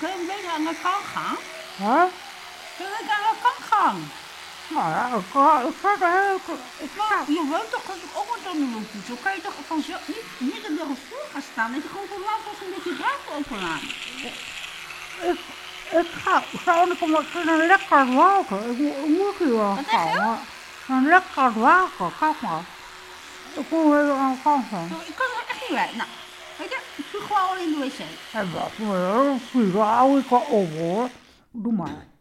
跟那个我刚行，啊，跟那个我刚行，妈呀，哥，哥哥哥， ik wou, jawel, toch was ik ook wat aan de loopje. Zo kan je toch van zo niet, niet op je gevoel gaan staan. Dat je gewoon voor laat was een beetje draad openlaat. ik, ik ga zo omdat ik een lekker wagen. Ik, mo- ik moet hier wel Wat zeg je? gaan. Een lekker wagen, kijk maar. Ik moet hier aan kansen. Zo, Ik kan er echt niet bij. Nou, weet je, ik doe gewoon al in de wc. En wat voor een goede oude kan op hoor. Doe maar.